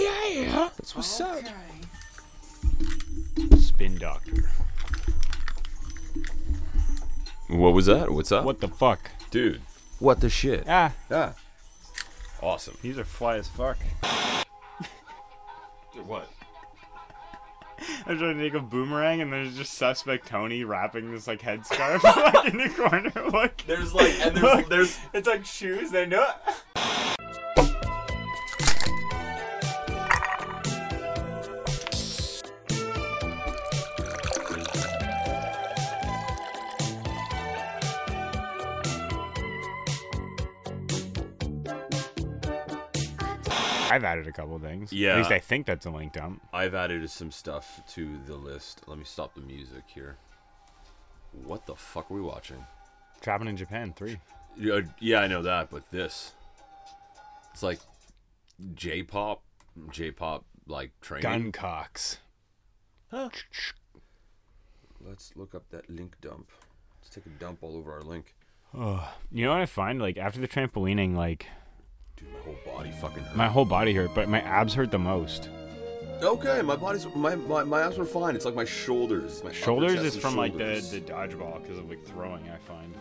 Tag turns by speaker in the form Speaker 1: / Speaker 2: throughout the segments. Speaker 1: Yeah.
Speaker 2: That's what's up.
Speaker 3: Spin Doctor.
Speaker 2: What was that? What's up?
Speaker 3: What the fuck?
Speaker 4: Dude.
Speaker 2: What the shit?
Speaker 3: Ah,
Speaker 4: Yeah. Awesome.
Speaker 3: these are fly as fuck.
Speaker 4: What?
Speaker 3: I'm trying to make a boomerang, and there's just suspect Tony wrapping this like headscarf like, in the corner. Like
Speaker 4: There's like, and there's, there's,
Speaker 3: it's like shoes. They know. it. I've added a couple things.
Speaker 4: Yeah.
Speaker 3: At least I think that's a link dump.
Speaker 4: I've added some stuff to the list. Let me stop the music here. What the fuck are we watching?
Speaker 3: Trapping in Japan three.
Speaker 4: Yeah, yeah, I know that, but this. It's like J pop, J pop like training.
Speaker 3: Guncocks.
Speaker 4: Let's look up that link dump. Let's take a dump all over our link.
Speaker 3: You know what I find? Like after the trampolining, like
Speaker 4: Dude, my whole body fucking hurt.
Speaker 3: my whole body hurt, but my abs hurt the most.
Speaker 4: okay, my body's my, my my abs were fine. It's like my shoulders. My upper
Speaker 3: Shoulders
Speaker 4: chest
Speaker 3: is
Speaker 4: and
Speaker 3: from like the
Speaker 4: shoulders.
Speaker 3: the dodgeball because of like throwing. I find,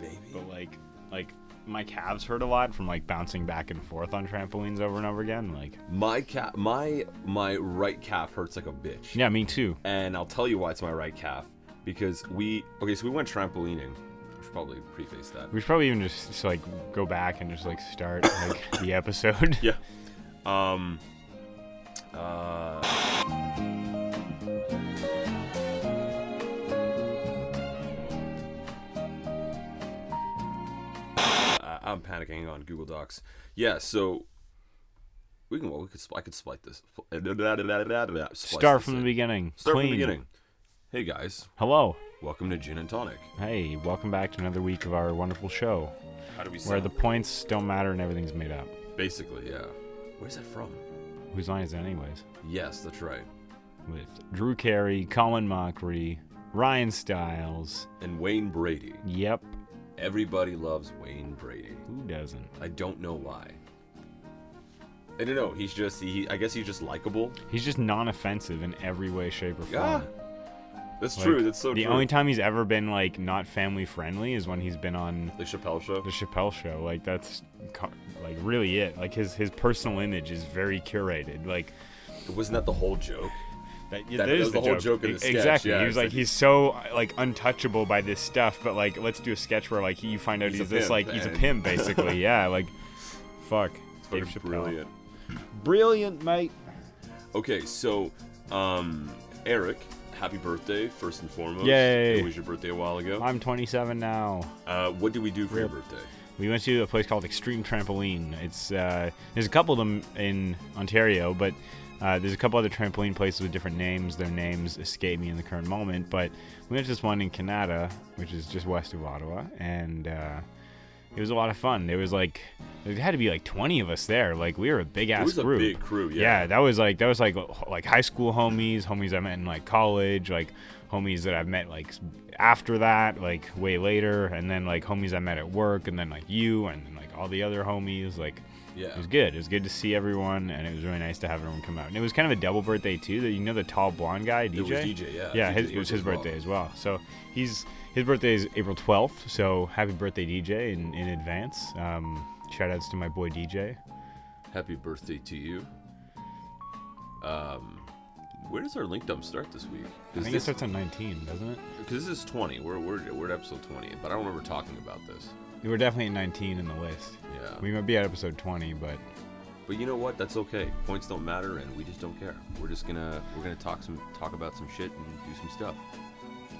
Speaker 4: maybe.
Speaker 3: but like like my calves hurt a lot from like bouncing back and forth on trampolines over and over again. Like
Speaker 4: My calf, my my right calf hurts like a bitch.
Speaker 3: yeah, me too.
Speaker 4: and I'll tell you why it's my right calf because we okay, so we went trampolining. I should probably preface that.
Speaker 3: We should probably even just, just like go back and just like start like the episode.
Speaker 4: Yeah. Um. Uh. I- I'm panicking on Google Docs. Yeah, so we can well, we could spl- I could split this. Splice
Speaker 3: Start
Speaker 4: this
Speaker 3: from the
Speaker 4: in.
Speaker 3: beginning.
Speaker 4: Start
Speaker 3: Clean.
Speaker 4: from the beginning. Hey guys,
Speaker 3: Hello.
Speaker 4: welcome to Gin and Tonic.
Speaker 3: Hey, welcome back to another week of our wonderful show
Speaker 4: How do we
Speaker 3: where
Speaker 4: sound?
Speaker 3: the points don't matter and everything's made up.
Speaker 4: Basically, yeah. Where's that from?
Speaker 3: Whose line is it, anyways?
Speaker 4: Yes, that's right.
Speaker 3: with Drew Carey, Colin Mockery, Ryan Stiles.
Speaker 4: And Wayne Brady.
Speaker 3: Yep,
Speaker 4: Everybody loves Wayne Brady.
Speaker 3: who doesn't?
Speaker 4: I don't know why. I don't know. He's just he. I guess he's just likable.
Speaker 3: He's just non-offensive in every way, shape, or form.
Speaker 4: Yeah, that's
Speaker 3: Like,
Speaker 4: true. That's so
Speaker 3: The
Speaker 4: true.
Speaker 3: only time he's ever been like not family friendly is when he's been on
Speaker 4: the Chappelle show.
Speaker 3: the Chappelle show. Like that's co- like really it. Like his his personal image is very curated. Like
Speaker 4: Wasn't that the whole joke?
Speaker 3: That, yeah,
Speaker 4: That-
Speaker 3: that
Speaker 4: that
Speaker 3: is
Speaker 4: was
Speaker 3: the, whole joke
Speaker 4: in the sketch,
Speaker 3: Exactly.
Speaker 4: yeah,
Speaker 3: he
Speaker 4: it's
Speaker 3: was like,
Speaker 4: like-
Speaker 3: he's so uh, like untouchable by this stuff, but like, let's do a sketch where like you find out
Speaker 4: He's
Speaker 3: he's,
Speaker 4: a
Speaker 3: this
Speaker 4: pimp,
Speaker 3: like he's a
Speaker 4: and-
Speaker 3: pimp basically. yeah, like, fuck.
Speaker 4: It's
Speaker 3: Dave
Speaker 4: fucking
Speaker 3: Chappelle.
Speaker 4: brilliant.
Speaker 3: Brilliant, mate.
Speaker 4: Okay, so, um, Eric, happy birthday first and foremost.
Speaker 3: Yay.
Speaker 4: It was your birthday a while ago.
Speaker 3: I'm 27 now.
Speaker 4: Uh, what did we do for your
Speaker 3: Rip.
Speaker 4: birthday?
Speaker 3: We went to a place called Extreme Trampoline. It's uh, there's a couple of them in Ontario, but uh, there's a couple other trampoline places with different names. Their names escape me in the current moment, but we went to this one in Canada, which is just west of Ottawa, and uh, it was a lot of fun. There was like there had to be like 20 of us there. Like we were a big ass
Speaker 4: it was a
Speaker 3: group.
Speaker 4: big crew.
Speaker 3: Yeah. that was like that was like h- like high school homies, homies I met in like college, like homies that I've met like s- after that, like way later, and then like homies I met at work, and then like you, and then, like all the other homies. Like
Speaker 4: Yeah.
Speaker 3: it was good. It was good to see everyone, and it was really nice to have everyone come out. And it was kind of a double birthday too. That you know the tall blonde guy, DJ.
Speaker 4: It was DJ. Yeah.
Speaker 3: Yeah,
Speaker 4: DJ's
Speaker 3: his, it was his
Speaker 4: well.
Speaker 3: birthday as well. So he's his birthday is April 12th. So happy birthday, DJ, in, in advance. Um, shout outs to my boy DJ.
Speaker 4: Happy birthday to you. Um, where does our link dump start this week?
Speaker 3: I
Speaker 4: Because
Speaker 3: think it
Speaker 4: this,
Speaker 3: starts on 19, doesn't it?
Speaker 4: 'cause this is 20. We're, we're, we're at episode 20, but I don't remember talking about this.
Speaker 3: We were definitely at 19 in the list.
Speaker 4: Yeah.
Speaker 3: We might be at episode 20, but
Speaker 4: But you know what? That's okay. Points don't matter, and we just don't care. We're just gonna we're gonna talk some talk about some shit and do some stuff,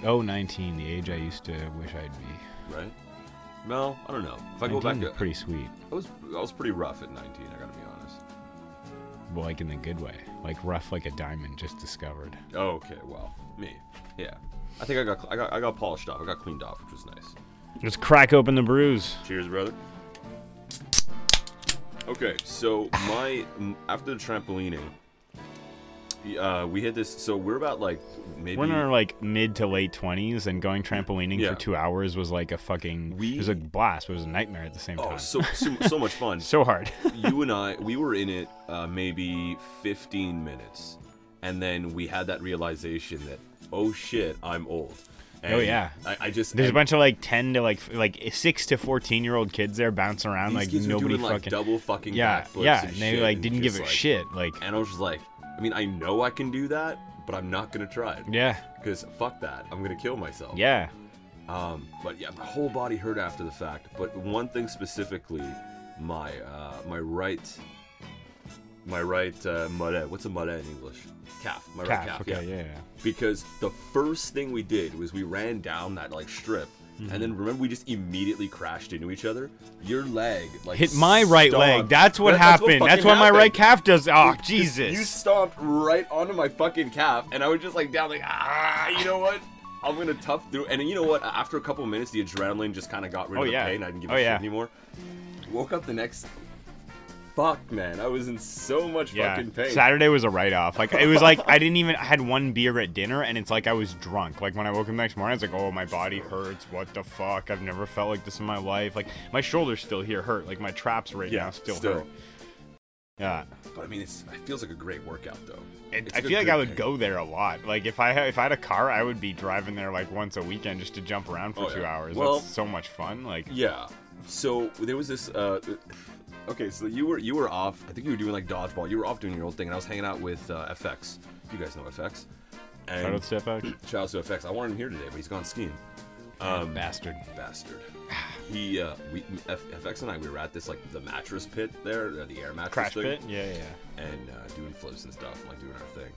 Speaker 3: oh, 19, the age I used to wish I'd be.
Speaker 4: right? Well, I don't know. If I go back,
Speaker 3: 19
Speaker 4: to,
Speaker 3: is pretty sweet,
Speaker 4: I was I was pretty rough at 19. I gotta be honest.
Speaker 3: but like in the good way, like rough like a diamond just discovered.
Speaker 4: Oh, okay. Well, me. Yeah. I think I got cl- I got I got polished off. I got cleaned off, which was nice.
Speaker 3: Let's crack open the brews.
Speaker 4: Cheers, brother. Okay, so my m- after the trampolining, this. Uh, we hit this. So we're about like maybe
Speaker 3: We're in our like mid to late twenties, and going trampolining
Speaker 4: Yeah.
Speaker 3: for two hours was like a fucking. it was
Speaker 4: We-
Speaker 3: a blast, but it was a nightmare at the same
Speaker 4: oh
Speaker 3: time.
Speaker 4: so so, so much fun.
Speaker 3: so hard.
Speaker 4: you and I, we were in it uh, maybe 15 minutes, and then we had that realization that oh shit, I'm old. And
Speaker 3: Oh, yeah.
Speaker 4: I, I just
Speaker 3: There's a
Speaker 4: and
Speaker 3: bunch of like ten to like f- like six to fourteen year old kids there bouncing around
Speaker 4: these
Speaker 3: like
Speaker 4: kids were
Speaker 3: nobody
Speaker 4: doing, like,
Speaker 3: fucking.
Speaker 4: double fucking
Speaker 3: yeah,
Speaker 4: backflips
Speaker 3: yeah,
Speaker 4: and
Speaker 3: and they
Speaker 4: shit,
Speaker 3: like
Speaker 4: and
Speaker 3: didn't give
Speaker 4: just,
Speaker 3: a
Speaker 4: like-
Speaker 3: shit. Like,
Speaker 4: And I was just like, I mean, I know I can do that, but I'm not gonna try it
Speaker 3: yeah,
Speaker 4: because fuck that, I'm gonna kill myself.
Speaker 3: yeah.
Speaker 4: Um, but yeah, my whole body hurt after the fact. But one thing specifically, my uh, my right, my right uh, mudé. What's a mudé in English? Calf. My right
Speaker 3: Calf.
Speaker 4: calf.
Speaker 3: okay,
Speaker 4: yeah.
Speaker 3: Ah, yeah. yeah,
Speaker 4: Because the first thing we did was we ran down that like strip, and
Speaker 3: Mm-hmm.
Speaker 4: then remember we just immediately crashed into each other. Your leg like
Speaker 3: Hit my right
Speaker 4: stomped-
Speaker 3: leg. That's what
Speaker 4: That-
Speaker 3: happened.
Speaker 4: fucking
Speaker 3: That's what my
Speaker 4: happened.
Speaker 3: right calf does. Oh,
Speaker 4: You-
Speaker 3: Jesus.
Speaker 4: You stomped right onto my fucking calf, and I was just like down, like ah, you know what? I'm gonna tough through. And you know what? After a couple minutes, the adrenaline just kind of got rid
Speaker 3: Oh,
Speaker 4: of the
Speaker 3: yeah.
Speaker 4: pain. I didn't give a
Speaker 3: Oh,
Speaker 4: shit
Speaker 3: yeah.
Speaker 4: anymore. Woke up the next. Fuck, man, I was in so much
Speaker 3: yeah.
Speaker 4: fucking pain.
Speaker 3: Saturday was a write off. Like it was like I didn't even I had one beer at dinner and it's like I was drunk. Like when I woke up the next morning, I was like, Oh my body hurts, what the fuck? I've never felt like this in my life. Like my shoulders still here hurt, like my traps right
Speaker 4: Yeah,
Speaker 3: now still,
Speaker 4: still.
Speaker 3: hurt. Yeah.
Speaker 4: But I mean, it's, it feels like a great workout though.
Speaker 3: It,
Speaker 4: It's
Speaker 3: I
Speaker 4: a
Speaker 3: feel like
Speaker 4: good
Speaker 3: I would
Speaker 4: pain.
Speaker 3: go there a lot. Like if I had, if I had a car, I would be driving there like once a weekend just to jump around for
Speaker 4: Oh,
Speaker 3: two
Speaker 4: yeah.
Speaker 3: hours.
Speaker 4: Well-
Speaker 3: That's so much fun. Like
Speaker 4: Yeah. So there was this. Uh, okay, so you were you were off. I think you were doing like dodgeball. You were off doing your old thing, and I was hanging out with uh, FX. You guys know FX. And
Speaker 3: shout out to FX.
Speaker 4: Shout out to FX. I wanted him here today, but he's gone skiing. Um,
Speaker 3: bastard.
Speaker 4: Bastard. He, uh, we, we- F, FX and I, we were at this, like, the mattress pit there, uh, the air mattress
Speaker 3: Crash
Speaker 4: thing,
Speaker 3: pit? Yeah, yeah, yeah.
Speaker 4: and uh, doing flips and stuff, and, like, doing our thing.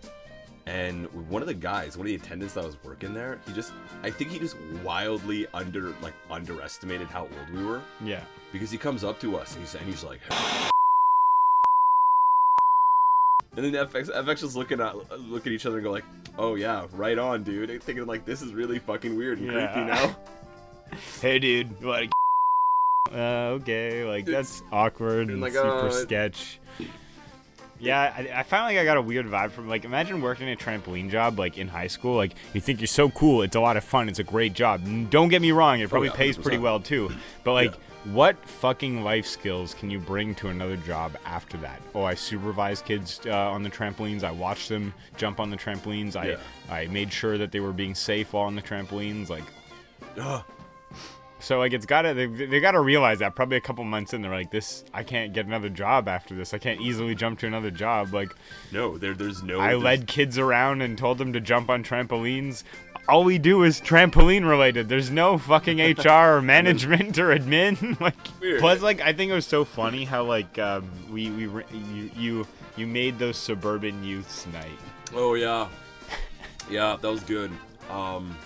Speaker 4: And one of the guys, one of the attendants that was working there, he just, I think he just wildly under, like, underestimated how old we were
Speaker 3: Yeah.
Speaker 4: because he comes up to us and he's, and he's like, and then FX FX just looking at look at each other and go like, oh yeah, right on, dude. And thinking like this is really fucking weird and
Speaker 3: Yeah.
Speaker 4: creepy now.
Speaker 3: hey dude like uh, okay like that's awkward and
Speaker 4: like,
Speaker 3: super
Speaker 4: uh,
Speaker 3: sketch yeah I, I found like i got a weird vibe from like imagine working a trampoline job like in high school like you think you're so cool it's a lot of fun it's a great job N- don't get me wrong it probably
Speaker 4: Oh, yeah,
Speaker 3: pays pretty
Speaker 4: 100%.
Speaker 3: well too but like what fucking life skills can you bring to another job after that oh i supervised kids uh, on the trampolines i watched them jump on the trampolines
Speaker 4: Yeah.
Speaker 3: i i made sure that they were being safe while on the trampolines like
Speaker 4: Ugh.
Speaker 3: so like it's gotta they, they gotta realize that probably a couple months in they're like this I can't get another job after this I can't easily jump to another job like
Speaker 4: no, there there's no.
Speaker 3: I
Speaker 4: there's-
Speaker 3: led kids around and told them to jump on trampolines all we do is trampoline related there's no fucking HR or management or admin like
Speaker 4: Weird.
Speaker 3: plus like I think it was so funny how like um, we we re- you you you made those suburban youths night
Speaker 4: Oh yeah, yeah, that was good. Um,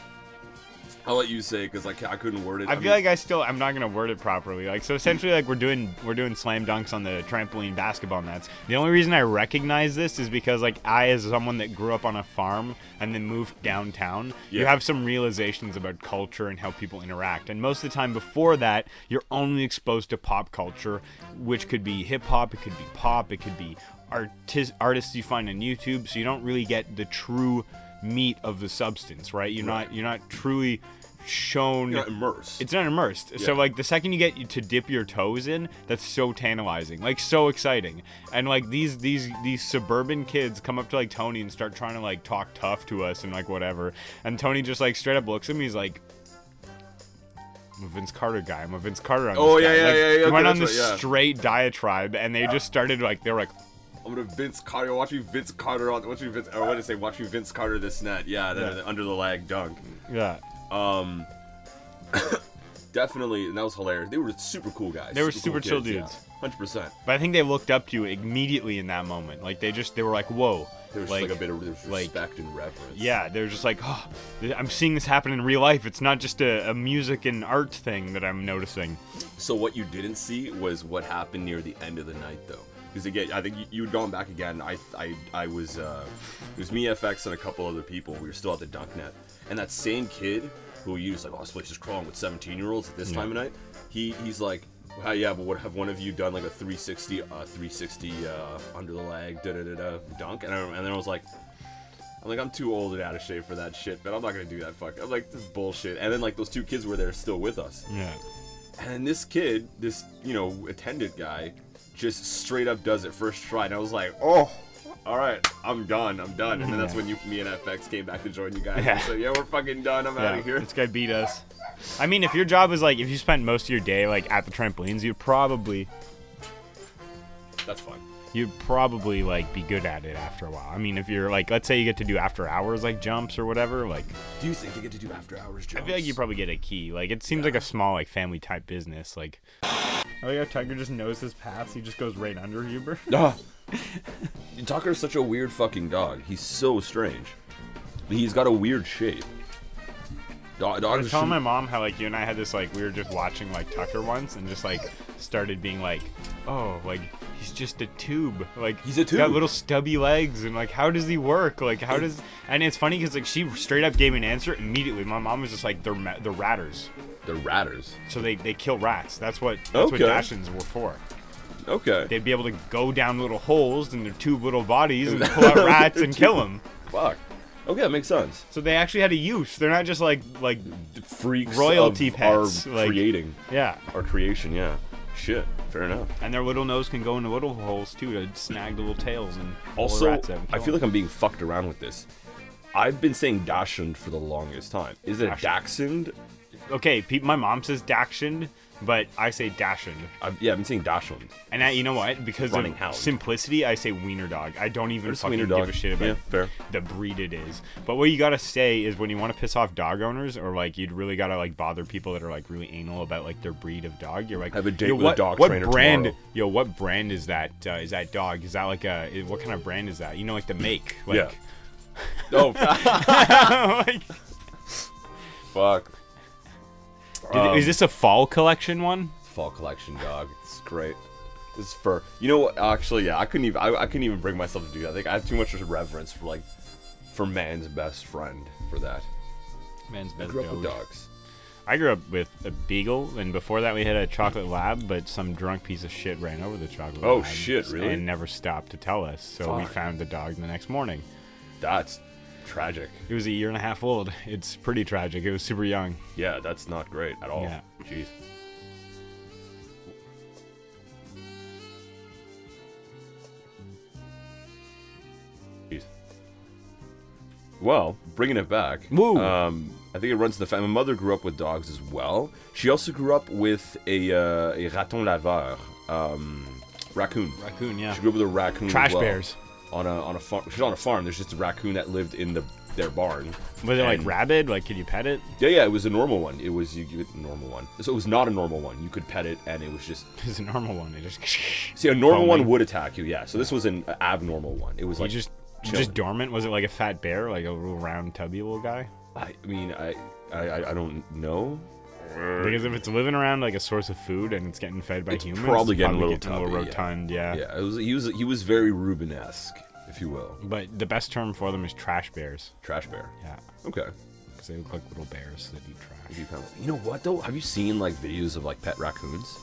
Speaker 4: I'll let you say because I ca- I couldn't word it.
Speaker 3: I feel like I still I'm not gonna word it properly. Like so essentially like we're doing we're doing slam dunks on the trampoline basketball nets. The only reason I recognize this is because like I as someone that grew up on a farm and then moved downtown, you
Speaker 4: Yeah.
Speaker 3: have some realizations about culture and how people interact. And most of the time before that, you're only exposed to pop culture, which could be hip hop, it could be pop, it could be artist artists you find on YouTube, so you don't really get the true meat of the substance, right? You're not you're not truly shown
Speaker 4: you're not immersed.
Speaker 3: it's not immersed. So
Speaker 4: Yeah.
Speaker 3: like the second you get to dip your toes in, that's so tantalizing, like so exciting. And like these these these suburban kids come up to like Tony and start trying to like talk tough to us and like whatever. And Tony just like straight up looks at me. He's like, "I'm a Vince Carter guy. I'm a Vince Carter on
Speaker 4: Oh,
Speaker 3: this guy."
Speaker 4: yeah, yeah,
Speaker 3: Like,
Speaker 4: yeah, yeah,
Speaker 3: he
Speaker 4: okay,
Speaker 3: went on
Speaker 4: that's
Speaker 3: this
Speaker 4: right, yeah.
Speaker 3: straight diatribe, and they just started like they were like,
Speaker 4: I'm gonna Vince Carter. Watch me Vince Carter on. Watch me Vince. Or what did I say? Watch me Vince Carter this net. Yeah, the,
Speaker 3: Yeah.
Speaker 4: the under the lag dunk.
Speaker 3: yeah.
Speaker 4: Definitely, and that was hilarious. They were super cool guys.
Speaker 3: They were super chill dudes.
Speaker 4: Hundred percent.
Speaker 3: But I think they looked up to you immediately in that moment. Like they just they were like, "Whoa!"
Speaker 4: There was just like a bit of there was
Speaker 3: like-
Speaker 4: respect and reverence.
Speaker 3: Yeah, they're just like, oh, th- I'm seeing this happen in real life. It's not just a, a music and art thing that I'm noticing.
Speaker 4: So what you didn't see was what happened near the end of the night, though. Because again, I think you- you'd gone back again. I, I, I was, uh, it was me, FX, and a couple other people. We were still at the dunk net, and that same kid who you just like, oh, this place is crawling with 17 year olds at this time of night. He, he's like, Uh, yeah, but would have one of you done like a 360, uh, 360 uh, under the leg, da da da da dunk? And, I, and then I was like, I'm like, I'm too old and out of shape for that shit, but I'm not gonna do that. Fuck, I'm like, this is bullshit. And then like those two kids were there still with us,
Speaker 3: Yeah.
Speaker 4: and this kid, this you know attendant guy, just straight up does it first try, and I was like, oh. All right, I'm done. I'm done. And then that's when you, me and FX came back to join you guys.
Speaker 3: Yeah.
Speaker 4: Yeah. So yeah, we're fucking done. I'm out
Speaker 3: Yeah,
Speaker 4: of here.
Speaker 3: This guy beat us. I mean, if your job is like, if you spent most of your day like at the trampolines, you'd probably,
Speaker 4: That's fine.
Speaker 3: you'd probably like be good at it after a while. I mean, if you're like, let's say you get to do after hours like jumps or whatever, like
Speaker 4: Do you think they get to do after hours
Speaker 3: I
Speaker 4: jobs?
Speaker 3: feel like you probably get a key. Like it seems like a small like family type business. Like, I like how Oh, Tiger just knows his paths. He just goes right under Huber.
Speaker 4: Ah. Tucker's such a weird fucking dog. He's so strange. He's got a weird shape. Dog,
Speaker 3: I
Speaker 4: dogs
Speaker 3: was
Speaker 4: are
Speaker 3: telling my
Speaker 4: shoot-
Speaker 3: mom how like you and I had this like we were just watching like Tucker once and just like started being like, oh like he's just a tube like
Speaker 4: He's a
Speaker 3: got
Speaker 4: tube.
Speaker 3: little stubby legs and like how does he work like how does and it's funny because like she straight up gave me an answer immediately. My mom was just like they're ma- they're ratters
Speaker 4: They're ratters.
Speaker 3: so they they kill rats. That's what that's what
Speaker 4: Okay.
Speaker 3: dachshunds were for.
Speaker 4: Okay.
Speaker 3: They'd be able to go down little holes in their tube little bodies and pull out rats and kill them.
Speaker 4: Fuck. Okay, that makes sense.
Speaker 3: So they actually had a use. They're not just like like
Speaker 4: The freaks
Speaker 3: Royalty
Speaker 4: of our
Speaker 3: pets, like-
Speaker 4: creating.
Speaker 3: yeah.
Speaker 4: Our creation, yeah. Shit. Fair enough.
Speaker 3: And their little nose can go into little holes too to snag the little tails and pull the
Speaker 4: Also,
Speaker 3: rats out and
Speaker 4: I
Speaker 3: kill
Speaker 4: feel like
Speaker 3: 'em.
Speaker 4: I'm being fucked around with this. I've been saying Dachshund for the longest time. Is it a Dachshund?
Speaker 3: okay. Pe- my mom says dachshund, but I say dachshund.
Speaker 4: I've, yeah, I've been saying Dachshund.
Speaker 3: And I, you know what? Because
Speaker 4: Running
Speaker 3: of
Speaker 4: hound.
Speaker 3: simplicity, I say wiener dog. I don't even
Speaker 4: Just
Speaker 3: fucking
Speaker 4: wiener
Speaker 3: give
Speaker 4: dog.
Speaker 3: a shit about
Speaker 4: Yeah, fair.
Speaker 3: the breed it is. But what you gotta say is when you want to piss off dog owners, or like you'd really gotta like bother people that are like really anal about like their breed of dog. You're like,
Speaker 4: Have a date
Speaker 3: "Yo,
Speaker 4: with a
Speaker 3: what,
Speaker 4: dog
Speaker 3: what
Speaker 4: trainer
Speaker 3: brand?
Speaker 4: tomorrow."
Speaker 3: Yo, what brand is that? Uh, is that dog? Is that like a? is- What kind of brand is that? You know, like the make. Like,
Speaker 4: Yeah. Oh,
Speaker 3: like,
Speaker 4: fuck. Um,
Speaker 3: Did- is this a fall collection one?
Speaker 4: fall collection dog. It's great. This is fur. You know what? Actually, yeah, I couldn't even. I, I couldn't even bring myself to do that. Like, I have too much reverence for like, for man's best friend for that.
Speaker 3: Man's
Speaker 4: I
Speaker 3: best
Speaker 4: grew up with
Speaker 3: dog.
Speaker 4: dogs.
Speaker 3: I grew up with a beagle, and before that we had a chocolate lab, but some drunk piece of shit ran over the chocolate
Speaker 4: Oh,
Speaker 3: lab.
Speaker 4: shit, really?
Speaker 3: And never stopped to tell us, so we
Speaker 4: Fuck.
Speaker 3: found the dog the next morning.
Speaker 4: That's tragic.
Speaker 3: It was a year and a half old. It's pretty tragic. It was super young.
Speaker 4: Yeah, that's not great at all.
Speaker 3: Yeah.
Speaker 4: Jeez. Jeez. Well, bringing it back.
Speaker 3: Woo.
Speaker 4: Um, I think it runs in the family. My mother grew up with dogs as well. She also grew up with a, uh, a raton laveur, um, raccoon.
Speaker 3: Raccoon, yeah.
Speaker 4: She grew up with a raccoon. as
Speaker 3: Trash
Speaker 4: well.
Speaker 3: bears.
Speaker 4: On a on a farm. She's on a farm. There's just a raccoon that lived in the their barn.
Speaker 3: Was it like
Speaker 4: And-
Speaker 3: rabid? Like, could you pet it?
Speaker 4: yeah, yeah, it was a normal one. It was you give it a normal one. So it was not a normal one. You could pet it, and it was just
Speaker 3: It's a normal one. It just
Speaker 4: see a normal
Speaker 3: Foaming.
Speaker 4: one would attack you. Yeah. So this was an abnormal one. It was
Speaker 3: you
Speaker 4: like
Speaker 3: just
Speaker 4: chilling.
Speaker 3: just dormant. Was it like a fat bear, like a little round tubby little guy?
Speaker 4: I mean, I I, I- I don't know.
Speaker 3: Because if it's living around like a source of food and it's getting fed by
Speaker 4: It's
Speaker 3: humans,
Speaker 4: probably getting a little tubby, yeah.
Speaker 3: rotund, yeah.
Speaker 4: Yeah, it was he was he was very Rubenesque, if you will.
Speaker 3: But the best term for them is trash bears.
Speaker 4: Trash bear.
Speaker 3: Yeah,
Speaker 4: Okay.
Speaker 3: because they look like little bears that eat trash.
Speaker 4: You kinda- you know what though? Have you seen like videos of like pet raccoons?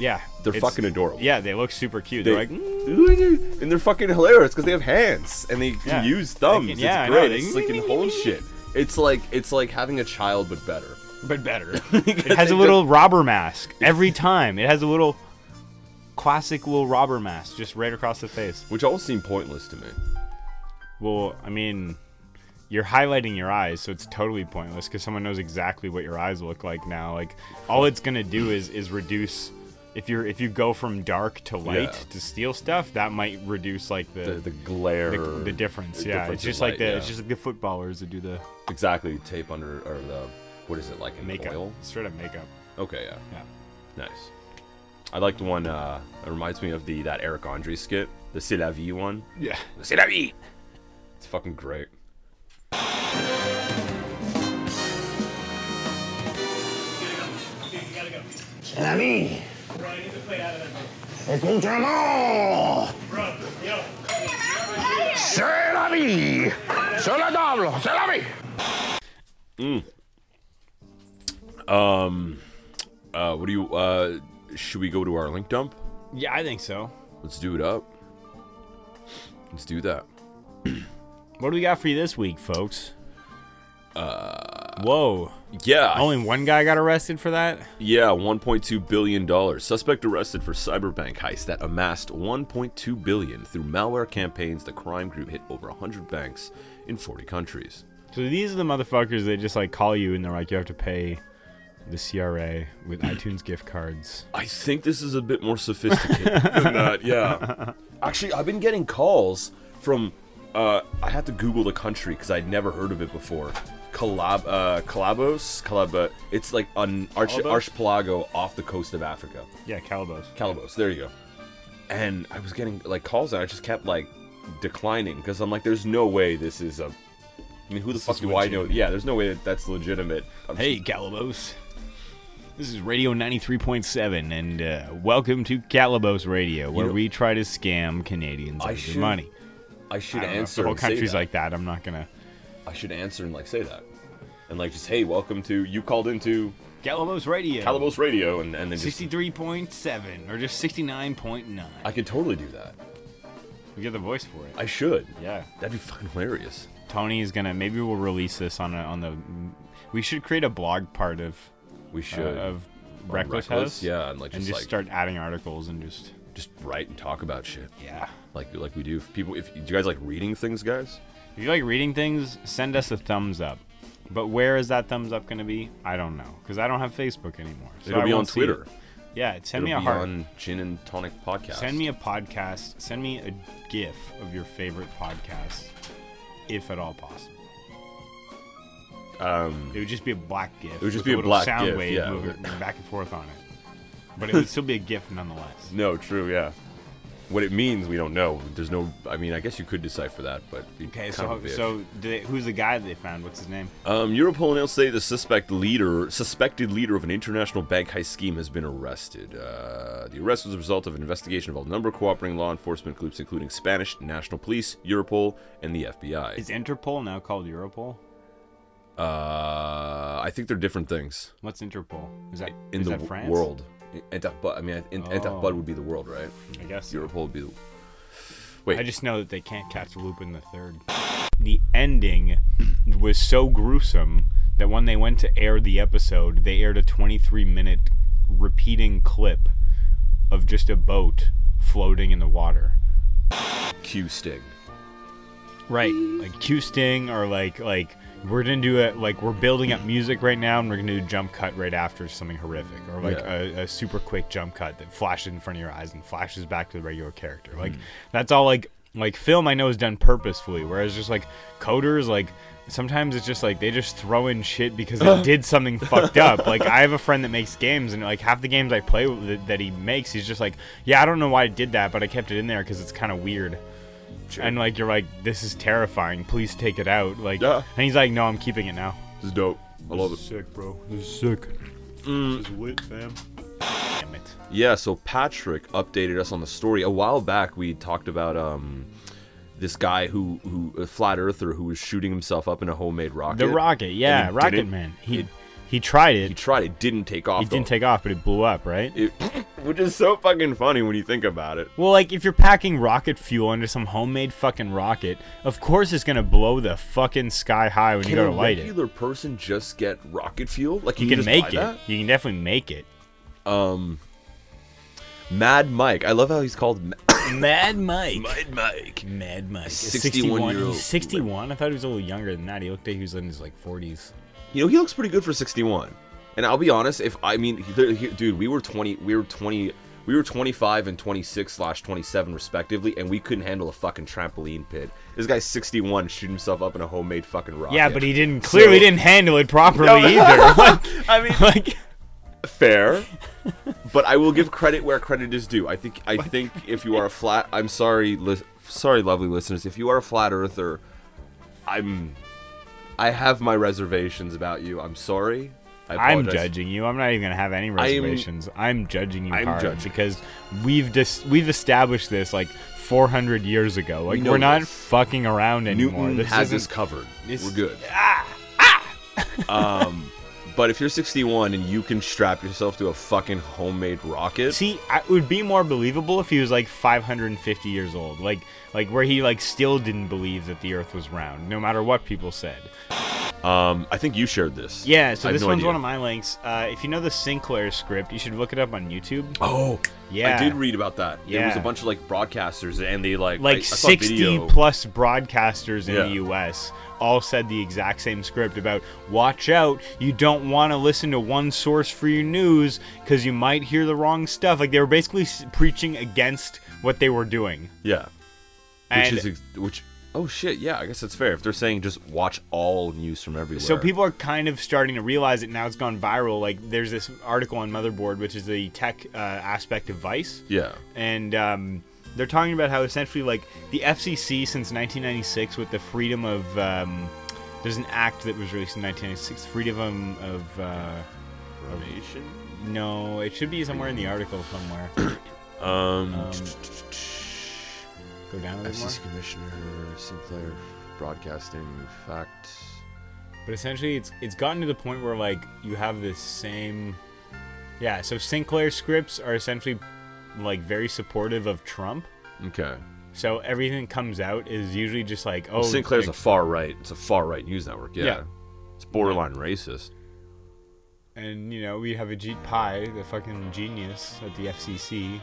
Speaker 3: Yeah,
Speaker 4: They're
Speaker 3: it's-
Speaker 4: fucking adorable.
Speaker 3: Yeah, they look super cute.
Speaker 4: They,
Speaker 3: They're like.
Speaker 4: "Mm-hmm." and they're fucking hilarious because they have hands and they
Speaker 3: Yeah.
Speaker 4: can use thumbs.
Speaker 3: They can- yeah, I
Speaker 4: it's
Speaker 3: know,
Speaker 4: great.
Speaker 3: they-
Speaker 4: It's like can hold shit. It's like it's like having a child but better.
Speaker 3: "Mm, but better. it has a little robber mask every time. It has a little classic little robber mask just right across the face.
Speaker 4: Which all seem pointless to me.
Speaker 3: Well, I mean, you're highlighting your eyes, so it's totally pointless because someone knows exactly what your eyes look like now. Like all it's gonna do is is reduce. If you're if you go from dark to light
Speaker 4: Yeah.
Speaker 3: to steal stuff, that might reduce like
Speaker 4: The,
Speaker 3: the
Speaker 4: the glare.
Speaker 3: the, Uh, the, difference.
Speaker 4: the
Speaker 3: yeah,
Speaker 4: difference
Speaker 3: it's
Speaker 4: in
Speaker 3: just like
Speaker 4: light,
Speaker 3: the
Speaker 4: yeah.
Speaker 3: it's just like the footballers that do the
Speaker 4: exactly tape under or the what is it like in
Speaker 3: makeup,
Speaker 4: oil?
Speaker 3: straight up makeup.
Speaker 4: Okay, yeah,
Speaker 3: Yeah.
Speaker 4: nice. I like the one. Uh, it reminds me of the that Eric Andre skit, the C'est la vie one.
Speaker 3: Yeah.
Speaker 4: C'est la vie. It's fucking great.
Speaker 5: L'ami,
Speaker 6: Bro, I need to play out of that. book.
Speaker 5: écoute-moi!
Speaker 6: Bro, yo.
Speaker 5: C'est la vie! C'est la table! C'est la vie!
Speaker 4: Uh, what do you? Uh, Should we go to our link dump?
Speaker 3: Yeah, I think so.
Speaker 4: Let's do it up. Let's do that.
Speaker 3: What do we got for you this week, folks? Uh. Whoa.
Speaker 4: Yeah.
Speaker 3: Only one guy got arrested for that?
Speaker 4: Yeah, 1.2 billion dollars. Suspect arrested for cyberbank heist that amassed 1.2 billion through malware campaigns. The crime group hit over 100 banks in 40 countries.
Speaker 3: So these are the motherfuckers that just like call you and they're like, you have to pay the CRA with iTunes gift cards.
Speaker 4: I think this is a bit more sophisticated than that. Yeah. Actually, I've been getting calls from. Uh, I had to Google the country because I'd never heard of it before. Calab, uh, Calabos, Calaba. It's like an arch,
Speaker 3: Calabos?
Speaker 4: archipelago off the coast of Africa.
Speaker 3: Yeah, Calabos.
Speaker 4: Calabos. There you go. And I was getting like calls, and I just kept like declining because I'm like, there's no way this is a. I mean, who the fuck
Speaker 3: is
Speaker 4: do I know?
Speaker 3: legitimate.
Speaker 4: Yeah, there's no way that that's legitimate. I'm just-
Speaker 3: Hey, Calabos. This is Radio 93.7, and uh, welcome to Calabos Radio, where
Speaker 4: know-
Speaker 3: we try to scam Canadians
Speaker 4: I
Speaker 3: out of their
Speaker 4: should
Speaker 3: money.
Speaker 4: I should
Speaker 3: I don't know, if
Speaker 4: answer.
Speaker 3: the whole
Speaker 4: and say
Speaker 3: country's
Speaker 4: that.
Speaker 3: like that. I'm not gonna.
Speaker 4: I should answer and like say that, and like just hey, welcome to you called into
Speaker 3: Calabos Radio.
Speaker 4: Calabos Radio, and and then just
Speaker 3: 63.7 or just 69.9.
Speaker 4: I could totally do that.
Speaker 3: We get the voice for it.
Speaker 4: I should.
Speaker 3: yeah.
Speaker 4: That'd be fucking hilarious.
Speaker 3: Tony is gonna. Maybe we'll release this on a, on the. We should create a blog part of
Speaker 4: We
Speaker 3: uh,
Speaker 4: should.
Speaker 3: of
Speaker 4: On
Speaker 3: Reckless,
Speaker 4: Reckless,
Speaker 3: House.
Speaker 4: yeah, and, like,
Speaker 3: and
Speaker 4: just,
Speaker 3: just
Speaker 4: like-
Speaker 3: start adding articles and just
Speaker 4: just write and talk about shit,
Speaker 3: yeah.
Speaker 4: like like we do. If people, if do you guys like reading things, guys,
Speaker 3: If you like reading things, send us a thumbs up. But where is that thumbs up gonna be? I don't know because I don't have Facebook anymore. So
Speaker 4: it'll
Speaker 3: I
Speaker 4: be on
Speaker 3: won't see it.
Speaker 4: Twitter.
Speaker 3: Yeah,
Speaker 4: It'll
Speaker 3: send me a
Speaker 4: be
Speaker 3: heart.
Speaker 4: on Gin and Tonic podcast.
Speaker 3: Send me a podcast. Send me a GIF of your favorite podcast, if at all possible.
Speaker 4: Um,
Speaker 3: It would just be a black GIF. It
Speaker 4: would just
Speaker 3: with
Speaker 4: be a
Speaker 3: little
Speaker 4: black
Speaker 3: sound
Speaker 4: GIF,
Speaker 3: wave
Speaker 4: yeah.
Speaker 3: moving back and forth on it. But it would still be a GIF nonetheless.
Speaker 4: no, true, yeah. What it means, we don't know. There's no. I mean, I guess you could decipher that, but it'd be
Speaker 3: Okay,
Speaker 4: kind
Speaker 3: so
Speaker 4: of a bitch.
Speaker 3: so do they, who's the guy that they found? What's his name?
Speaker 4: Um, Europol announced today the suspect leader, suspected leader of an international bank heist scheme has been arrested. Uh, the arrest was a result of an investigation involving a number of cooperating law enforcement groups, including Spanish national police, Europol, and the FBI.
Speaker 3: Is Interpol now called Europol?
Speaker 4: uh, I think they're different things
Speaker 3: What's Interpol? Is that
Speaker 4: in
Speaker 3: is
Speaker 4: the
Speaker 3: that
Speaker 4: w-
Speaker 3: France?
Speaker 4: world. Interpol, I mean, in-
Speaker 3: Oh.
Speaker 4: Interpol would be the world, right?
Speaker 3: I guess.
Speaker 4: Europol would be. The... Wait,
Speaker 3: I just know that they can't catch Lupin the Third. The ending was so gruesome that when they went to air the episode, they aired a 23-minute repeating clip of just a boat floating in the water.
Speaker 4: Q Sting.
Speaker 3: Right. Like Q Sting or like like we're gonna do it like we're building up music right now and we're gonna do a jump cut right after something horrific. Or like
Speaker 4: Yeah.
Speaker 3: a, a super quick jump cut that flashes in front of your eyes and flashes back to the regular character. Like that's all like like film I know is done purposefully, whereas just like coders like sometimes it's just like they just throw in shit because they did something fucked up. Like I have a friend that makes games and like half the games I play with, that- that he makes, he's just like, yeah, I don't know why I did that, but I kept it in there because it's kind of weird and like you're like this is terrifying please take it out like
Speaker 4: Yeah.
Speaker 3: and he's like no i'm keeping it now
Speaker 4: This is dope. I love it. Mm.
Speaker 3: sick bro this is sick this is lit fam damn it
Speaker 4: Yeah, so Patrick updated us on the story. A while back, we talked about um, this guy who, who a flat earther who was shooting himself up in a homemade rocket.
Speaker 3: the rocket yeah
Speaker 4: And he
Speaker 3: rocket
Speaker 4: didn't-
Speaker 3: man he he tried it
Speaker 4: He tried it, didn't take off.
Speaker 3: he didn't
Speaker 4: though.
Speaker 3: take off but it blew up right
Speaker 4: It, which is so fucking funny when you think about it.
Speaker 3: well like if you're packing rocket fuel into some homemade fucking rocket of course it's gonna blow the fucking sky high when you
Speaker 4: Can
Speaker 3: go
Speaker 4: a
Speaker 3: to light it
Speaker 4: regular person just get rocket fuel? Like
Speaker 3: you
Speaker 4: you
Speaker 3: can
Speaker 4: just
Speaker 3: make
Speaker 4: buy
Speaker 3: it
Speaker 4: that?
Speaker 3: you can definitely make it
Speaker 4: Mad Mike. I love how he's called Ma-
Speaker 3: mad mike
Speaker 4: Mad Mike.
Speaker 3: Mad Mike,
Speaker 4: 61 year old.
Speaker 3: 61. I thought he was a little younger than that. He looked like he was in his like 40s.
Speaker 4: You know he looks pretty good for 61. And I'll be honest, if I mean, he- there- he- dude, we were 20, we were 20, we were 25 and 26 slash 27 respectively, and we couldn't handle a fucking trampoline pit. This guy's 61, shooting himself up in a homemade fucking rocket.
Speaker 3: Yeah, but he didn't clearly
Speaker 4: So-
Speaker 3: didn't handle it properly either. Like,
Speaker 4: I mean,
Speaker 3: like
Speaker 4: fair. but I will give credit where credit is due. I think I think if you are a flat, I'm sorry, lis- sorry, lovely listeners, if you are a flat earther, I'm, I have my reservations about you. I'm sorry. I
Speaker 3: I'm
Speaker 4: apologize.
Speaker 3: judging you. I'm not even gonna have any reservations. I'm, judging you
Speaker 4: I'm
Speaker 3: hard
Speaker 4: judging.
Speaker 3: because we've just we've established this like 400 years ago. Like
Speaker 4: know
Speaker 3: we are not
Speaker 4: this.
Speaker 3: fucking around anymore.
Speaker 4: Newton
Speaker 3: this Ah,
Speaker 4: has
Speaker 3: isn't-
Speaker 4: this covered.
Speaker 3: this-
Speaker 4: We're good. um, But if you're 61 and you can strap yourself to a fucking homemade rocket,
Speaker 3: See, I- it would be more believable if he was like 550 years old, like like where he like still didn't believe that the Earth was round, no matter what people said.
Speaker 4: um, I think you shared this.
Speaker 3: Yeah, so
Speaker 4: I have
Speaker 3: this
Speaker 4: no
Speaker 3: one's
Speaker 4: idea.
Speaker 3: one of my links. Uh, if you know the Sinclair script, you should look it up on YouTube.
Speaker 4: Oh,
Speaker 3: Yeah.
Speaker 4: I did read about that. There was
Speaker 3: Yeah.
Speaker 4: a bunch of like broadcasters, and they like
Speaker 3: like
Speaker 4: I, I saw a
Speaker 3: 60
Speaker 4: video.
Speaker 3: plus broadcasters in
Speaker 4: Yeah.
Speaker 3: the US all said the exact same script about watch out you don't want to listen to one source for your news cuz you might hear the wrong stuff like they were basically s- preaching against what they were doing
Speaker 4: Yeah, which
Speaker 3: and
Speaker 4: is ex- which. Oh shit! Yeah, I guess that's fair. If they're saying just watch all news from everywhere.
Speaker 3: so people are kind of starting to realize it now it's gone viral like there's this article on motherboard which is the tech uh, aspect of vice
Speaker 4: Yeah.
Speaker 3: and um, they're talking about how essentially like the FCC since 1996 with the freedom of um, there's an act that was released in 1996 freedom of uh,
Speaker 4: Information.
Speaker 3: no it should be somewhere in the article somewhere
Speaker 4: Um.
Speaker 3: go down a little more
Speaker 4: FCC Commissioner Sinclair Broadcasting Fact.
Speaker 3: but essentially it's it's gotten to the point where like you have this same yeah so Sinclair scripts are essentially like very supportive of Trump
Speaker 4: Okay.
Speaker 3: so everything that comes out is usually just like oh
Speaker 4: Sinclair's a
Speaker 3: like-
Speaker 4: far right. It's a far right news network. Yeah.
Speaker 3: Yeah.
Speaker 4: It's borderline racist.
Speaker 3: And you know, we have Ajit Pai, the fucking genius at the FCC,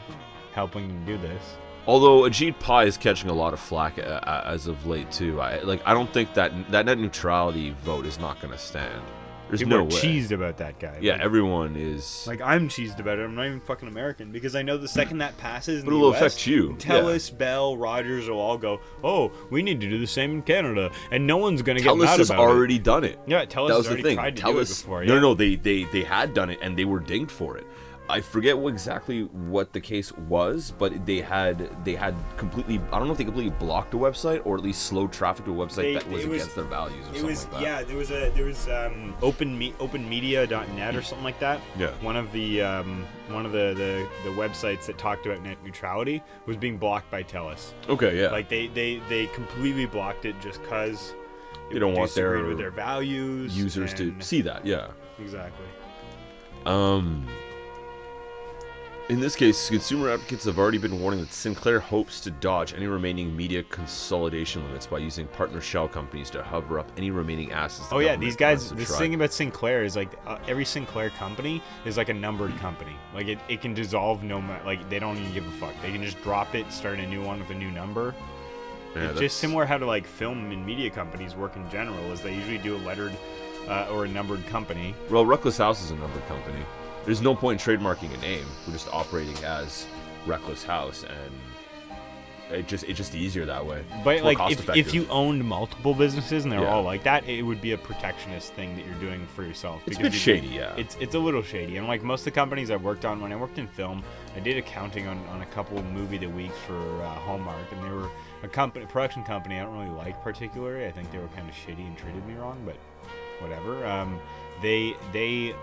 Speaker 3: helping them do this.
Speaker 4: Although Ajit Pai is catching a lot of flack a- a- as of late too. I like. I don't think that that net neutrality vote is not going to stand. There's
Speaker 3: People
Speaker 4: no
Speaker 3: are
Speaker 4: way.
Speaker 3: cheesed about that guy.
Speaker 4: Yeah,
Speaker 3: Like,
Speaker 4: everyone is.
Speaker 3: like, I'm cheesed about it. I'm not even fucking American because I know the second that passes, in
Speaker 4: But
Speaker 3: the
Speaker 4: it'll
Speaker 3: US,
Speaker 4: affect you,
Speaker 3: Telus, Bell, Rogers will all go, "Oh, we need to do the same in Canada," and no one's gonna get
Speaker 4: Telus
Speaker 3: mad
Speaker 4: has
Speaker 3: about
Speaker 4: already done it.
Speaker 3: Yeah, Telus
Speaker 4: that
Speaker 3: has
Speaker 4: was the
Speaker 3: already
Speaker 4: thing.
Speaker 3: tried to do
Speaker 4: Telus,
Speaker 3: it before,
Speaker 4: No,
Speaker 3: yeah.
Speaker 4: no, they, they they had done it and they were dinged for it. I forget what exactly what the case was, but they had they had completely. I don't know if they completely blocked a website or at least slowed traffic to a website
Speaker 3: They-
Speaker 4: that was
Speaker 3: it was-
Speaker 4: against their values or
Speaker 3: it. It
Speaker 4: something
Speaker 3: was
Speaker 4: like that.
Speaker 3: yeah. There was a there was um, open me, openmedia.net or something like that.
Speaker 4: Yeah.
Speaker 3: One of the um, one of the, the the websites that talked about net neutrality was being blocked by Telus.
Speaker 4: Okay. Yeah.
Speaker 3: Like they they they completely blocked it just because
Speaker 4: They don't want their
Speaker 3: with their values
Speaker 4: users
Speaker 3: and-
Speaker 4: to see that. Yeah.
Speaker 3: exactly.
Speaker 4: Um. In this case, consumer advocates have already been warning that Sinclair hopes to dodge any remaining media consolidation limits by using partner shell companies to hover up any remaining assets. the
Speaker 3: Oh yeah,
Speaker 4: government
Speaker 3: these guys.
Speaker 4: plans to
Speaker 3: This
Speaker 4: try.
Speaker 3: thing about Sinclair is like uh, every Sinclair company is like a numbered company. Like it, it can dissolve no matter. Like they don't even give a fuck. They can just drop it, start a new one with a new number.
Speaker 4: Yeah,
Speaker 3: it's
Speaker 4: that's-
Speaker 3: just similar how to like film and media companies work in general. Is they usually do a lettered uh, or a numbered company.
Speaker 4: Well, Reckless House is another company. There's no point in trademarking a name. We're just operating as Reckless House, and it just it's just easier that way.
Speaker 3: But
Speaker 4: It's more
Speaker 3: like, if,
Speaker 4: cost-effective.
Speaker 3: if you owned multiple businesses and they were
Speaker 4: Yeah.
Speaker 3: all like that, it would be a protectionist thing that you're doing for yourself.
Speaker 4: It's a bit
Speaker 3: because you-
Speaker 4: shady, yeah.
Speaker 3: It's it's a little shady, and like most of the companies I worked on when I worked in film, I did accounting on, on a couple movie the week for uh, Hallmark, and they were a company production company I don't really like particularly. I think they were kind of shitty and treated me wrong, but whatever. Um, they they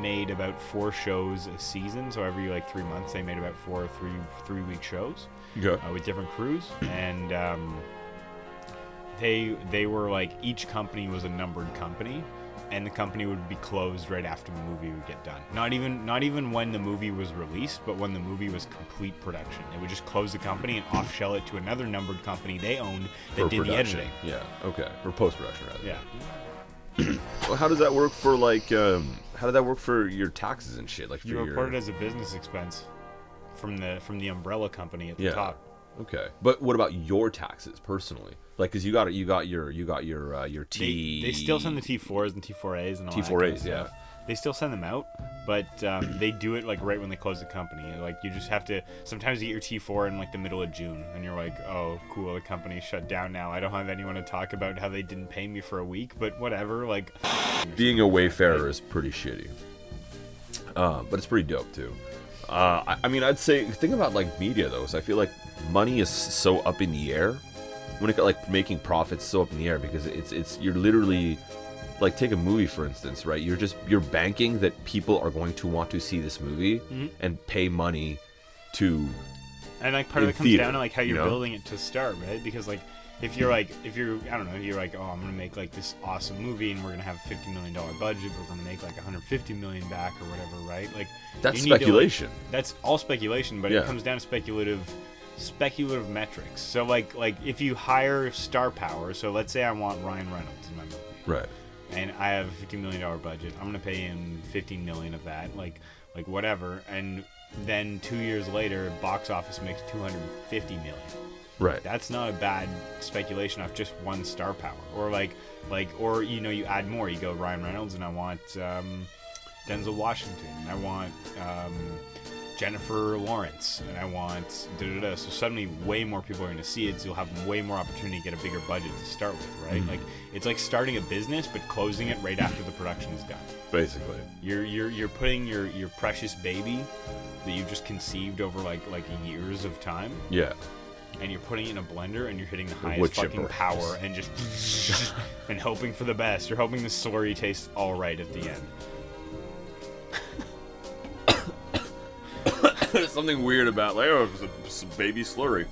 Speaker 3: made about four shows a season, so every like three months they made about four or three three week shows
Speaker 4: Okay.
Speaker 3: uh, with different crews, and um, they they were like each company was a numbered company, and the company would be closed right after the movie would get done. Not even not even when the movie was released, but when the movie was complete production, they would just close the company and off shell it to another numbered company they owned that
Speaker 4: for
Speaker 3: did the
Speaker 4: production.
Speaker 3: editing.
Speaker 4: Yeah. Okay. Or post production rather.
Speaker 3: Yeah.
Speaker 4: Well, how does that work for like um, how did that work for your taxes and shit? Like for
Speaker 3: You
Speaker 4: your...
Speaker 3: report it as a business expense from the from the umbrella company at the
Speaker 4: yeah.
Speaker 3: top.
Speaker 4: Okay. But what about your taxes personally? Like, cause you got you got your you got your uh, your
Speaker 3: They,
Speaker 4: T.
Speaker 3: they still send the T4s and T4As and all that kind
Speaker 4: T4As,
Speaker 3: of stuff. They still send them out, but um, they do it like right when they close the company. Like you just have to. Sometimes you get your T4 in like the middle of June, and you're like, "Oh, cool, the company's shut down now. I don't have anyone to talk about how they didn't pay me for a week, but whatever." Like,
Speaker 4: being a wayfarer is pretty shitty uh, but it's pretty dope too uh, I, I mean i'd say think about like media though so i feel like money is so up in the air when it got like making profits so up in the air because it's it's you're literally like take a movie for instance right you're just you're banking that people are going to want to see this movie
Speaker 3: Mm-hmm.
Speaker 4: and pay money to
Speaker 3: And like part
Speaker 4: in
Speaker 3: of it comes
Speaker 4: theater,
Speaker 3: down to like how
Speaker 4: you
Speaker 3: you're
Speaker 4: know?
Speaker 3: building it to start, right? Because like if you're like if you're I don't know if you're like oh I'm gonna make like this awesome movie and we're gonna have a 50 million dollar budget but we're gonna make like 150 million back or whatever right like
Speaker 4: That's
Speaker 3: you need to, like-
Speaker 4: speculation.
Speaker 3: that's all speculation but
Speaker 4: Yeah.
Speaker 3: it comes down to speculative speculative metrics so like like if you hire star power so let's say I want Ryan Reynolds in my movie
Speaker 4: Right.
Speaker 3: and I have a fifteen million dollar budget. I'm gonna pay him fifteen million of that, like like whatever. And then two years later, box office makes two hundred fifty million.
Speaker 4: Right.
Speaker 3: That's not a bad speculation off just one star power, or like like or you know you add more. You go Ryan Reynolds, and I want um, Denzel Washington, and I want. Um, Jennifer Lawrence, and I want da da da. So suddenly, way more people are going to see it. So you'll have way more opportunity to get a bigger budget to start with, right? Like it's like starting a business but closing it right after the production is done.
Speaker 4: Basically.
Speaker 3: You're you're you're putting your your precious baby that you've just conceived over like like years of time,
Speaker 4: Yeah.
Speaker 3: and you're putting it in a blender and you're hitting the
Speaker 4: wood
Speaker 3: highest fucking
Speaker 4: chipper.
Speaker 3: power and just and hoping for the best. You're hoping the slurry tastes all right at the end.
Speaker 7: There's something weird about like oh, it's a, it's a baby slurry.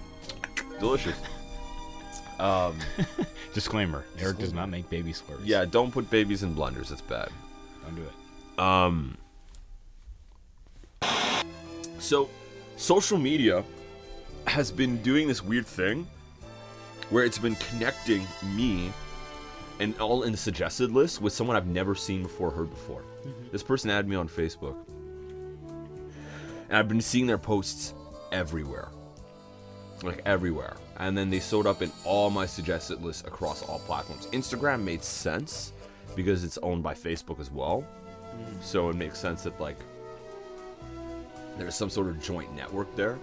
Speaker 4: Delicious.
Speaker 3: Disclaimer: Eric does not make baby slurries.
Speaker 4: Yeah, don't put babies in blenders. It's bad.
Speaker 3: don't do it.
Speaker 4: So, social media has been doing this weird thing where it's been connecting me and all in the suggested list with someone I've never seen before, heard before. This person added me on Facebook, and I've been seeing their posts everywhere, like everywhere. And then they showed up in all my suggested lists across all platforms. Instagram made sense because it's owned by Facebook as well, so it makes sense that like there's some sort of joint network there.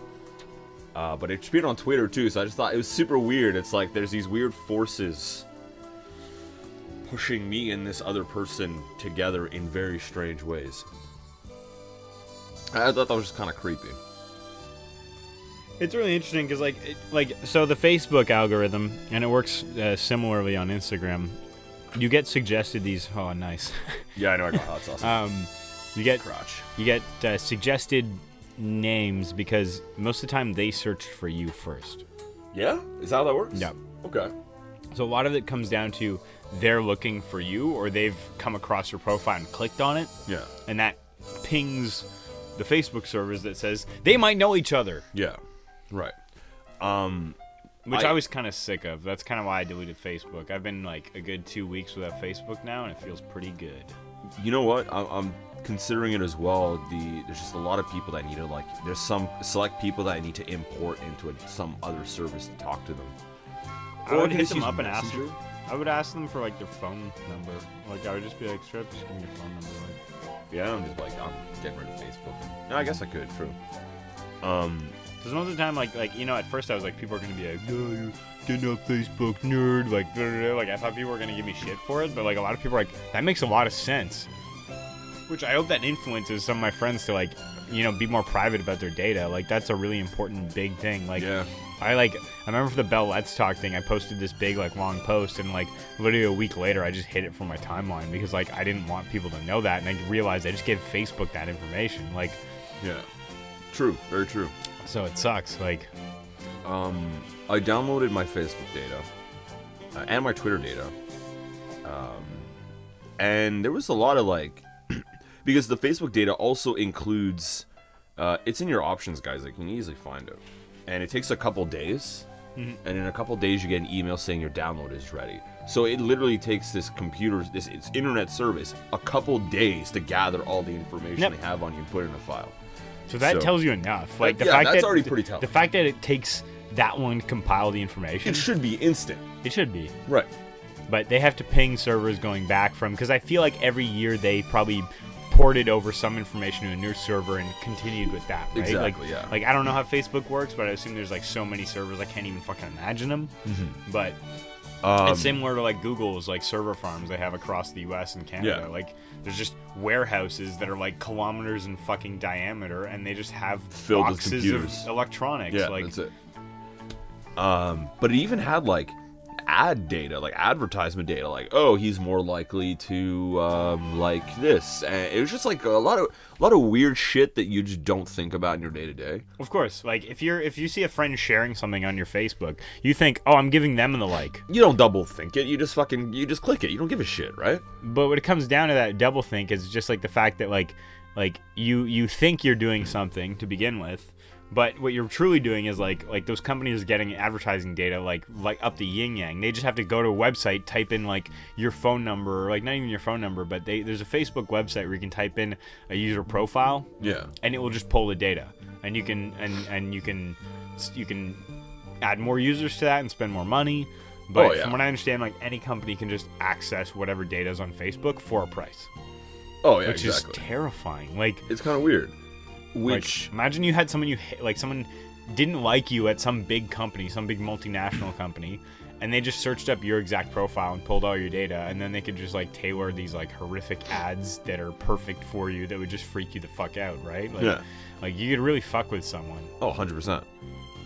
Speaker 4: Uh, but it appeared on Twitter too, so I just thought it was super weird. It's like there's these weird forces pushing me and this other person together in very strange ways. I thought that was just kind of creepy.
Speaker 3: It's really interesting because like it, like so the Facebook algorithm and it works uh, similarly on Instagram. You get suggested these. Oh, nice.
Speaker 4: Yeah, I know I got hot sauce.
Speaker 3: Um, you get
Speaker 4: crotch.
Speaker 3: you get uh, suggested names because most of the time they searched for you first.
Speaker 4: Yeah, is that how that works?
Speaker 3: Yeah.
Speaker 4: Okay.
Speaker 3: So a lot of it comes down to they're looking for you or they've come across your profile and clicked on it,
Speaker 4: Yeah.
Speaker 3: and that pings the Facebook servers that says they might know each other.
Speaker 4: Yeah. Right.
Speaker 3: which
Speaker 4: I-
Speaker 3: I, was kind of sick of. That's kind of why I deleted Facebook. I've been like a good two weeks without Facebook now, and it feels pretty good.
Speaker 4: you know what I- i'm considering it as well the there's just a lot of people that I need to like there's some select people that i need to import into a, some other service to talk to them
Speaker 3: I would hit
Speaker 4: just
Speaker 3: them
Speaker 4: use
Speaker 3: up and ask
Speaker 4: Messenger.
Speaker 3: them. I would ask them for like their phone number. Like I would just be like, "Strip, just give me your phone number." Like,
Speaker 4: yeah i'm just like i'm getting rid of facebook no, i guess i could true
Speaker 3: because most of the time, like like you know, at first I was like, people are gonna be like, "Oh, you're getting off Facebook, nerd." Like, blah, blah, blah. like I thought people were gonna give me shit for it, but like a lot of people are like, that makes a lot of sense. Which I hope that influences some of my friends to like, you know, be more private about their data. Like that's a really important big thing. Like.
Speaker 4: yeah
Speaker 3: I like I remember for the Bell Let's Talk thing, I posted this big like long post and like literally a week later I just hid it from my timeline because like I didn't want people to know that and I realized I just gave Facebook that information. Like
Speaker 4: yeah true very true
Speaker 3: so it sucks. Like
Speaker 4: I downloaded my Facebook data uh, and my Twitter data, um, and there was a lot of like, because the Facebook data also includes, uh, it's in your options, guys. Like you can easily find it, and it takes a couple days, and in a couple days you get an email saying your download is ready. So it literally takes this computer, this its internet service, a couple days to gather all the information
Speaker 3: Yep.
Speaker 4: they have on you and put it in a file.
Speaker 3: so that
Speaker 4: So-
Speaker 3: tells you enough. Like the
Speaker 4: yeah,
Speaker 3: fact
Speaker 4: that's
Speaker 3: that
Speaker 4: already pretty telling.
Speaker 3: the fact that it takes that one to compile the
Speaker 4: It
Speaker 3: information.
Speaker 4: should be instant,
Speaker 3: It should be.
Speaker 4: right?
Speaker 3: but they have to ping servers going back from because I feel like every year they probably ported over some information to a new server and continued with that. Right?
Speaker 4: Exactly,
Speaker 3: Like,
Speaker 4: yeah.
Speaker 3: Like I don't know how Facebook works, but I assume there's like so many servers I can't even fucking imagine them.
Speaker 4: Mm-hmm.
Speaker 3: But
Speaker 4: Um,
Speaker 3: it's similar to like Google's like server farms they have across the U.S. and Canada.
Speaker 4: Yeah.
Speaker 3: Like there's just warehouses that are like kilometers in fucking diameter, and they just have
Speaker 4: Filled with
Speaker 3: boxes
Speaker 4: computers.
Speaker 3: of electronics.
Speaker 4: Yeah,
Speaker 3: like
Speaker 4: that's it. Um, but it even had like ad data, like advertisement data, like oh he's more likely to um, like this. And it was just like a lot of a lot of weird shit that you just don't think about in your day to day.
Speaker 3: Of course, like if you're if you see a friend sharing something on your Facebook, you think, "Oh, I'm giving them the like."
Speaker 4: You don't double think it. You just fucking you just click it. You don't give a shit, right?
Speaker 3: But when it comes down to that double think is just like the fact that like like you you think you're doing something to begin with, but what you're truly doing is like like those companies getting advertising data like like up the yin yang. They just have to go to a website, type in like your phone number, or like not even your phone number, but they there's a Facebook website where you can type in a user profile
Speaker 4: Yeah.
Speaker 3: and it will just pull the data and you can and and you can you can add more users to that and spend more money but
Speaker 4: Oh, yeah.
Speaker 3: from what i understand like any company can just access whatever data is on facebook for a price
Speaker 4: Oh yeah,
Speaker 3: which
Speaker 4: exactly.
Speaker 3: is terrifying like
Speaker 4: it's kind of weird.
Speaker 3: like,
Speaker 4: Which
Speaker 3: imagine you had someone you hate, like someone didn't like you at some big company, some big multinational company, and they just searched up your exact profile and pulled all your data, and then they could just like tailor these like horrific ads that are perfect for you that would just freak you the fuck out, right? Like,
Speaker 4: Yeah.
Speaker 3: Like you could really fuck with someone.
Speaker 4: oh, 100 percent.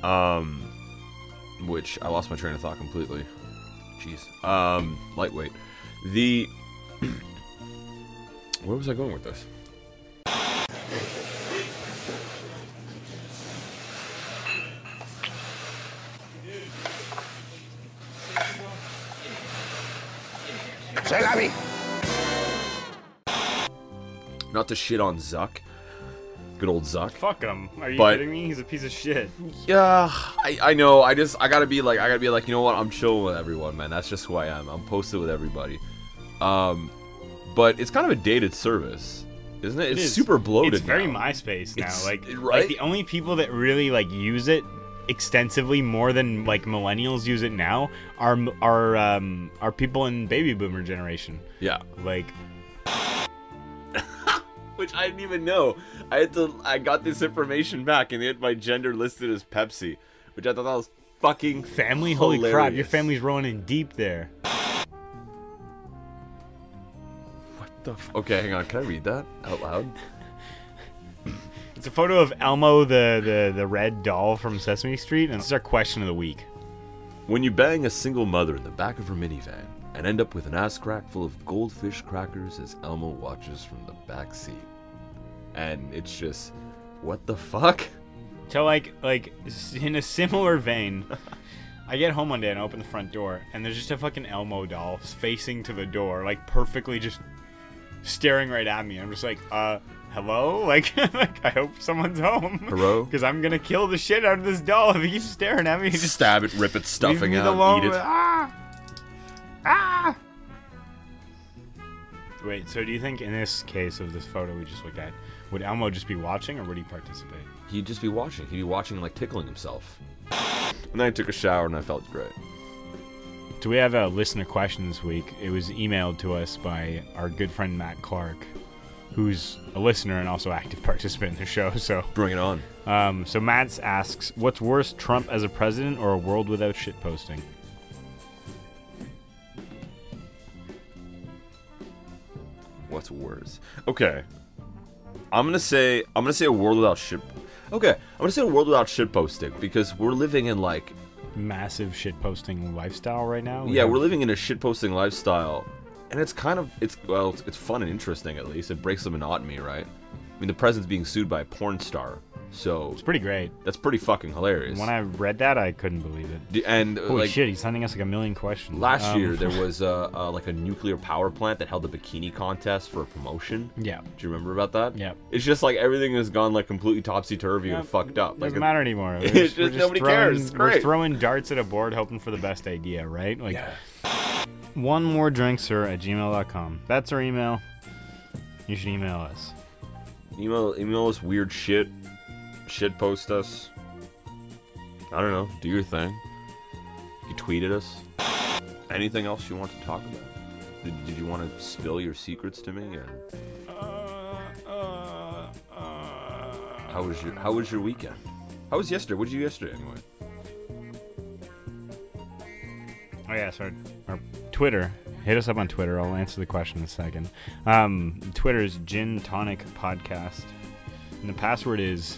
Speaker 4: Um, which I lost my train of thought completely. Jeez. Um, lightweight. The where was I going with this?
Speaker 5: Se la vi.
Speaker 4: Not to shit on Zuck. Good old Zuck.
Speaker 3: Fuck him. Are you
Speaker 4: But-
Speaker 3: kidding me? He's a piece of shit.
Speaker 4: Yeah, I, I know. I just I gotta be like I gotta be like you know what? I'm chilling with everyone, man. That's just who I am. I'm posted with everybody. Um, but it's kind of a dated service, isn't it? It's
Speaker 3: is.
Speaker 4: super bloated.
Speaker 3: It's very
Speaker 4: now.
Speaker 3: MySpace now.
Speaker 4: It's-
Speaker 3: like,
Speaker 4: right?
Speaker 3: like the only people that really like use it extensively more than like millennials use it now are m- are um, are people in baby boomer generation.
Speaker 4: Yeah.
Speaker 3: Like,
Speaker 4: Which I didn't even know. I had to. I got this information back, and they had my gender listed as Pepsi, which I thought that was fucking.
Speaker 3: family, holy crap, your
Speaker 4: Hilarious.
Speaker 3: family's rolling in deep there.
Speaker 4: What the? F- okay, hang on. Can I read that out loud?
Speaker 3: It's a photo of Elmo, the the the red doll from Sesame Street, and this is our question of the week.
Speaker 4: When you bang a single mother in the back of her minivan and end up with an ass crack full of goldfish crackers as Elmo watches from the back seat. And it's just, what the fuck?
Speaker 3: So like like s- in a similar vein, I get home one day and I open the front door and there's just a fucking Elmo doll facing to the door, like perfectly just staring right at me. I'm just like, uh, hello? Like, like I hope someone's home.
Speaker 4: Hello?
Speaker 3: Because I'm gonna kill the shit out of this doll if he keeps staring at me. Just
Speaker 4: Stab it, rip it,
Speaker 3: leave
Speaker 4: stuffing
Speaker 3: me
Speaker 4: out,
Speaker 3: the alone.
Speaker 4: eat it.
Speaker 3: Ah! Ah! Wait, so do you think in this case of this photo we just looked at, would Elmo just be watching or would he participate?
Speaker 4: He'd just be watching. He'd be watching, like tickling himself. And then I took a shower and I felt great.
Speaker 3: Do we have a listener question this week? It was emailed to us by our good friend Matt Clark, who's a listener and also active participant in the show. So,
Speaker 4: Bring it on.
Speaker 3: um, so Matt asks, "What's worse, Trump as a president or a world without shitposting?"
Speaker 4: What's worse? Okay. I'm gonna say I'm gonna say a world without shit. Okay, I'm gonna say a world without shit posting because we're living in like
Speaker 3: Massive shitposting lifestyle right now.
Speaker 4: yeah, we're living in a shitposting lifestyle, and it's kind of it's well, it's, it's fun and interesting at least. It breaks the monotony, right? I mean, the president's being sued by a porn star, so
Speaker 3: It's pretty great.
Speaker 4: that's pretty fucking hilarious.
Speaker 3: When I read that, I couldn't believe it.
Speaker 4: D- and uh,
Speaker 3: Holy
Speaker 4: like
Speaker 3: shit, he's sending us like a million questions.
Speaker 4: last
Speaker 3: Um,
Speaker 4: year, there was uh, uh, like a nuclear power plant that held a bikini contest for a promotion.
Speaker 3: Yeah.
Speaker 4: Do you remember about that?
Speaker 3: Yep.
Speaker 4: It's just like everything has gone like completely topsy turvy
Speaker 3: Yeah,
Speaker 4: and fucked up. Like
Speaker 3: doesn't matter anymore.
Speaker 4: It's
Speaker 3: We're just-
Speaker 4: just-
Speaker 3: we're just
Speaker 4: nobody
Speaker 3: throwing,
Speaker 4: cares. It's
Speaker 3: We're
Speaker 4: great.
Speaker 3: throwing darts at a board, hoping for the best idea, right? Like, one more drink, sir, at gmail.com. That's our email. You should email us.
Speaker 4: email email us weird shit, shit post us. I don't know. Do your thing. You tweeted us. Anything else you want to talk about? Did, did you want to spill your secrets to me? Or how was your How was your weekend? How was yesterday? What did you do yesterday anyway?
Speaker 3: Oh yeah, sorry. Our Twitter. Hit us up on Twitter. I'll answer the question in a second. Um, Twitter is Gin Tonic Podcast, and the password is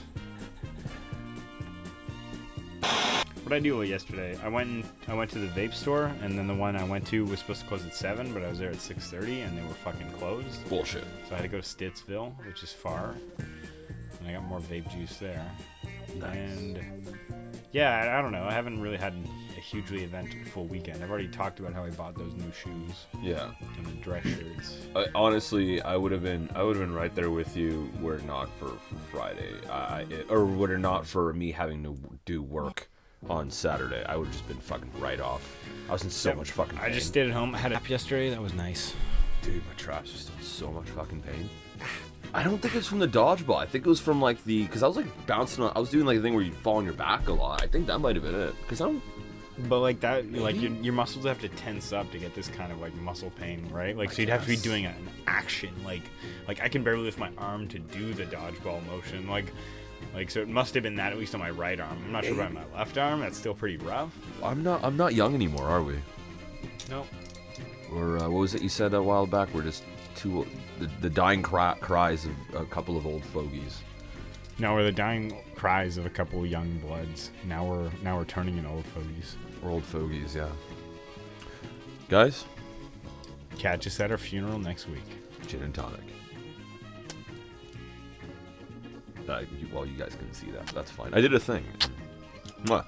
Speaker 3: what I do yesterday. I went and- I went to the vape store, and then the one I went to was supposed to close at seven, but I was there at six thirty, and they were fucking closed.
Speaker 4: Bullshit.
Speaker 3: So I had to go to Stittsville, which is far, and I got more vape juice there. And yeah, I- I don't know. I haven't really had a hugely eventful weekend. I've already talked about how I bought those new shoes
Speaker 4: Yeah.
Speaker 3: and the dress shirts.
Speaker 4: I, honestly, I would have been I would have been right there with you were it not for, for Friday, I, I- it, or were it not for me having to do work on Saturday, I would have just been fucking right off. I was in so much fucking. Pain.
Speaker 3: I just stayed at home. I had a nap yesterday. That was nice.
Speaker 4: dude, my traps are still in so much fucking pain. I don't think it was from the dodgeball. I think it was from like the because I was like bouncing. on I was doing like a thing where you fall on your back a lot. I think that might have been it. Because I'm
Speaker 3: But like that, like your, your muscles have to tense up to get this kind of like muscle pain, right? Like so you'd have to be
Speaker 4: guess.
Speaker 3: doing an action, like like I can barely lift my arm to do the dodgeball motion, like like so it must have been that at least on my right arm. I'm not sure about my left arm. That's still pretty rough.
Speaker 4: I'm not I'm not young anymore, are we?
Speaker 3: No,
Speaker 4: Or uh, what was it you said a while back? We're just two the, the dying cry, cries of a couple of old fogies.
Speaker 3: now we're the dying cries of a couple young bloods. Now we're now we're turning in old fogies.
Speaker 4: Or old fogies, yeah. Guys,
Speaker 3: Catch us at our funeral next week.
Speaker 4: gin and tonic. Uh, you, well, you guys couldn't see that. That's fine. I did a thing. Mwah.